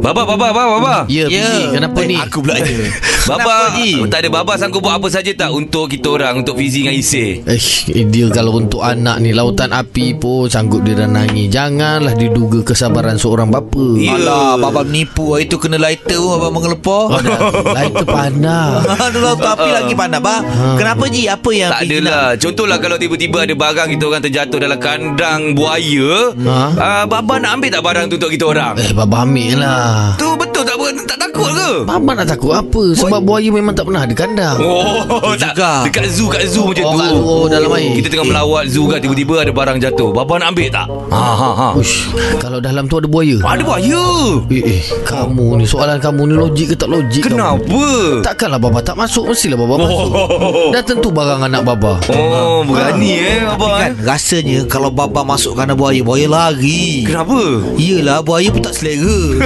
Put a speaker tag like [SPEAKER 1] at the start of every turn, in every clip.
[SPEAKER 1] Baba, Baba, Baba, Baba.
[SPEAKER 2] Ya,
[SPEAKER 3] Ya.
[SPEAKER 2] yeah.
[SPEAKER 1] Eh,
[SPEAKER 2] kenapa ni?
[SPEAKER 3] Aku pula ada.
[SPEAKER 1] Baba,
[SPEAKER 3] Kenapa ni?
[SPEAKER 1] tak ada Baba sanggup buat apa saja tak untuk kita orang, untuk Fizi dengan Isay.
[SPEAKER 2] Eh, dia kalau untuk anak ni Lautan api pun sanggup direnangi Janganlah diduga kesabaran seorang bapa
[SPEAKER 1] Ya.
[SPEAKER 3] Alah, Abang menipu. Hari tu kena lighter pun Abang mengelepor.
[SPEAKER 2] Lain terpandang
[SPEAKER 3] Aduh, tapi lagi pandai, bah. Kenapa, Ji? Apa yang...
[SPEAKER 1] Ah. Ha. Tak
[SPEAKER 3] Fiji nak?
[SPEAKER 1] adalah Contohlah kalau tiba-tiba ada barang Kita orang terjatuh dalam kandang buaya
[SPEAKER 2] Ha?
[SPEAKER 1] ha? uh, Baba nak ambil tak barang tu untuk kita orang?
[SPEAKER 2] Eh, Baba ambil lah
[SPEAKER 1] Tu betul tak ber- tak takut ke?
[SPEAKER 2] Baba nak takut apa Sebab buaya memang tak pernah ada kandang
[SPEAKER 1] Oh, tak.
[SPEAKER 3] juga.
[SPEAKER 1] Dekat zoo, kat zoo macam
[SPEAKER 2] Oh,
[SPEAKER 1] tu.
[SPEAKER 2] kat zoo, oh, dalam air.
[SPEAKER 1] Kita tengah melawat zoo kan tiba-tiba ada barang jatuh. Baba nak ambil tak? Ha ha ha.
[SPEAKER 2] Ush, Kalau dalam tu ada buaya
[SPEAKER 1] Ada buaya.
[SPEAKER 2] Eh, eh kamu ni Soalan kamu ni logik ke tak logik kamu?
[SPEAKER 1] Kenapa?
[SPEAKER 2] Takkanlah Baba tak masuk Mestilah Baba masuk
[SPEAKER 1] Oh,
[SPEAKER 2] Dah tentu barang anak Baba
[SPEAKER 1] oh berani eh Baba.
[SPEAKER 3] Kan,
[SPEAKER 1] eh.
[SPEAKER 3] rasanya kalau Baba masuk kanan buaya, buaya lari.
[SPEAKER 1] Kenapa?
[SPEAKER 3] Yelah, buaya pun tak selera.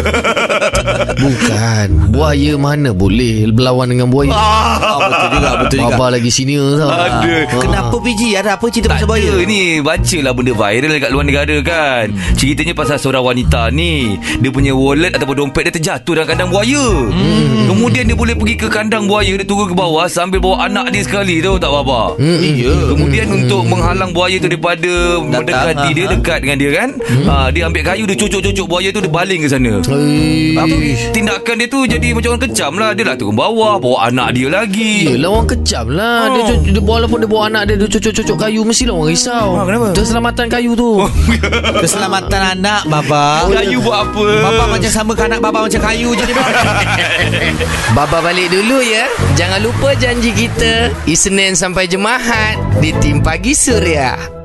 [SPEAKER 2] Bukan Buaya mana boleh Berlawan dengan buaya
[SPEAKER 3] ah, betul juga, betul juga.
[SPEAKER 2] Baba lagi senior tau
[SPEAKER 1] Ada.
[SPEAKER 2] Ah.
[SPEAKER 3] Kenapa, Fiji? Ada apa cerita
[SPEAKER 1] Tak
[SPEAKER 3] pasal buaya?
[SPEAKER 1] ada ni Bacalah benda viral kat luar negara kan Ceritanya pasal seorang wanita ni Dia punya wallet ataupun dompet dia terjatuh dalam kandang buaya
[SPEAKER 3] Hmm.
[SPEAKER 1] Kemudian dia boleh pergi ke kandang buaya Dia turun ke bawah sambil bawa anak dia sekali tu tak apa-apa
[SPEAKER 3] Ya.
[SPEAKER 1] Kemudian untuk menghalang buaya tu daripada mendekati
[SPEAKER 3] ha,
[SPEAKER 1] dia
[SPEAKER 3] ha. Hmm.
[SPEAKER 1] Dekat dengan dia kan ha, Dia ambil kayu dia cucuk-cucuk buaya tu dia baling ke sana
[SPEAKER 2] Eh,
[SPEAKER 1] apa, Tindakan dia tu jadi macam orang kecam lah Dia lah turun bawah bawa anak dia lagi
[SPEAKER 2] Yelah orang kejam lah Dia,
[SPEAKER 1] Oh.
[SPEAKER 2] cucu, dia bawa pun dia bawa anak dia Dia cucuk-cucuk kayu Mestilah orang risau
[SPEAKER 1] Ah, kenapa? Oh.
[SPEAKER 2] Keselamatan kayu tu
[SPEAKER 3] Keselamatan anak, Baba.
[SPEAKER 1] Kayu buat apa
[SPEAKER 3] Baba macam sama ke anak Baba macam kayu je dia.
[SPEAKER 4] Baba balik dulu ya. Jangan lupa janji kita Isnin sampai Jumaat di Tim Pagi Suria.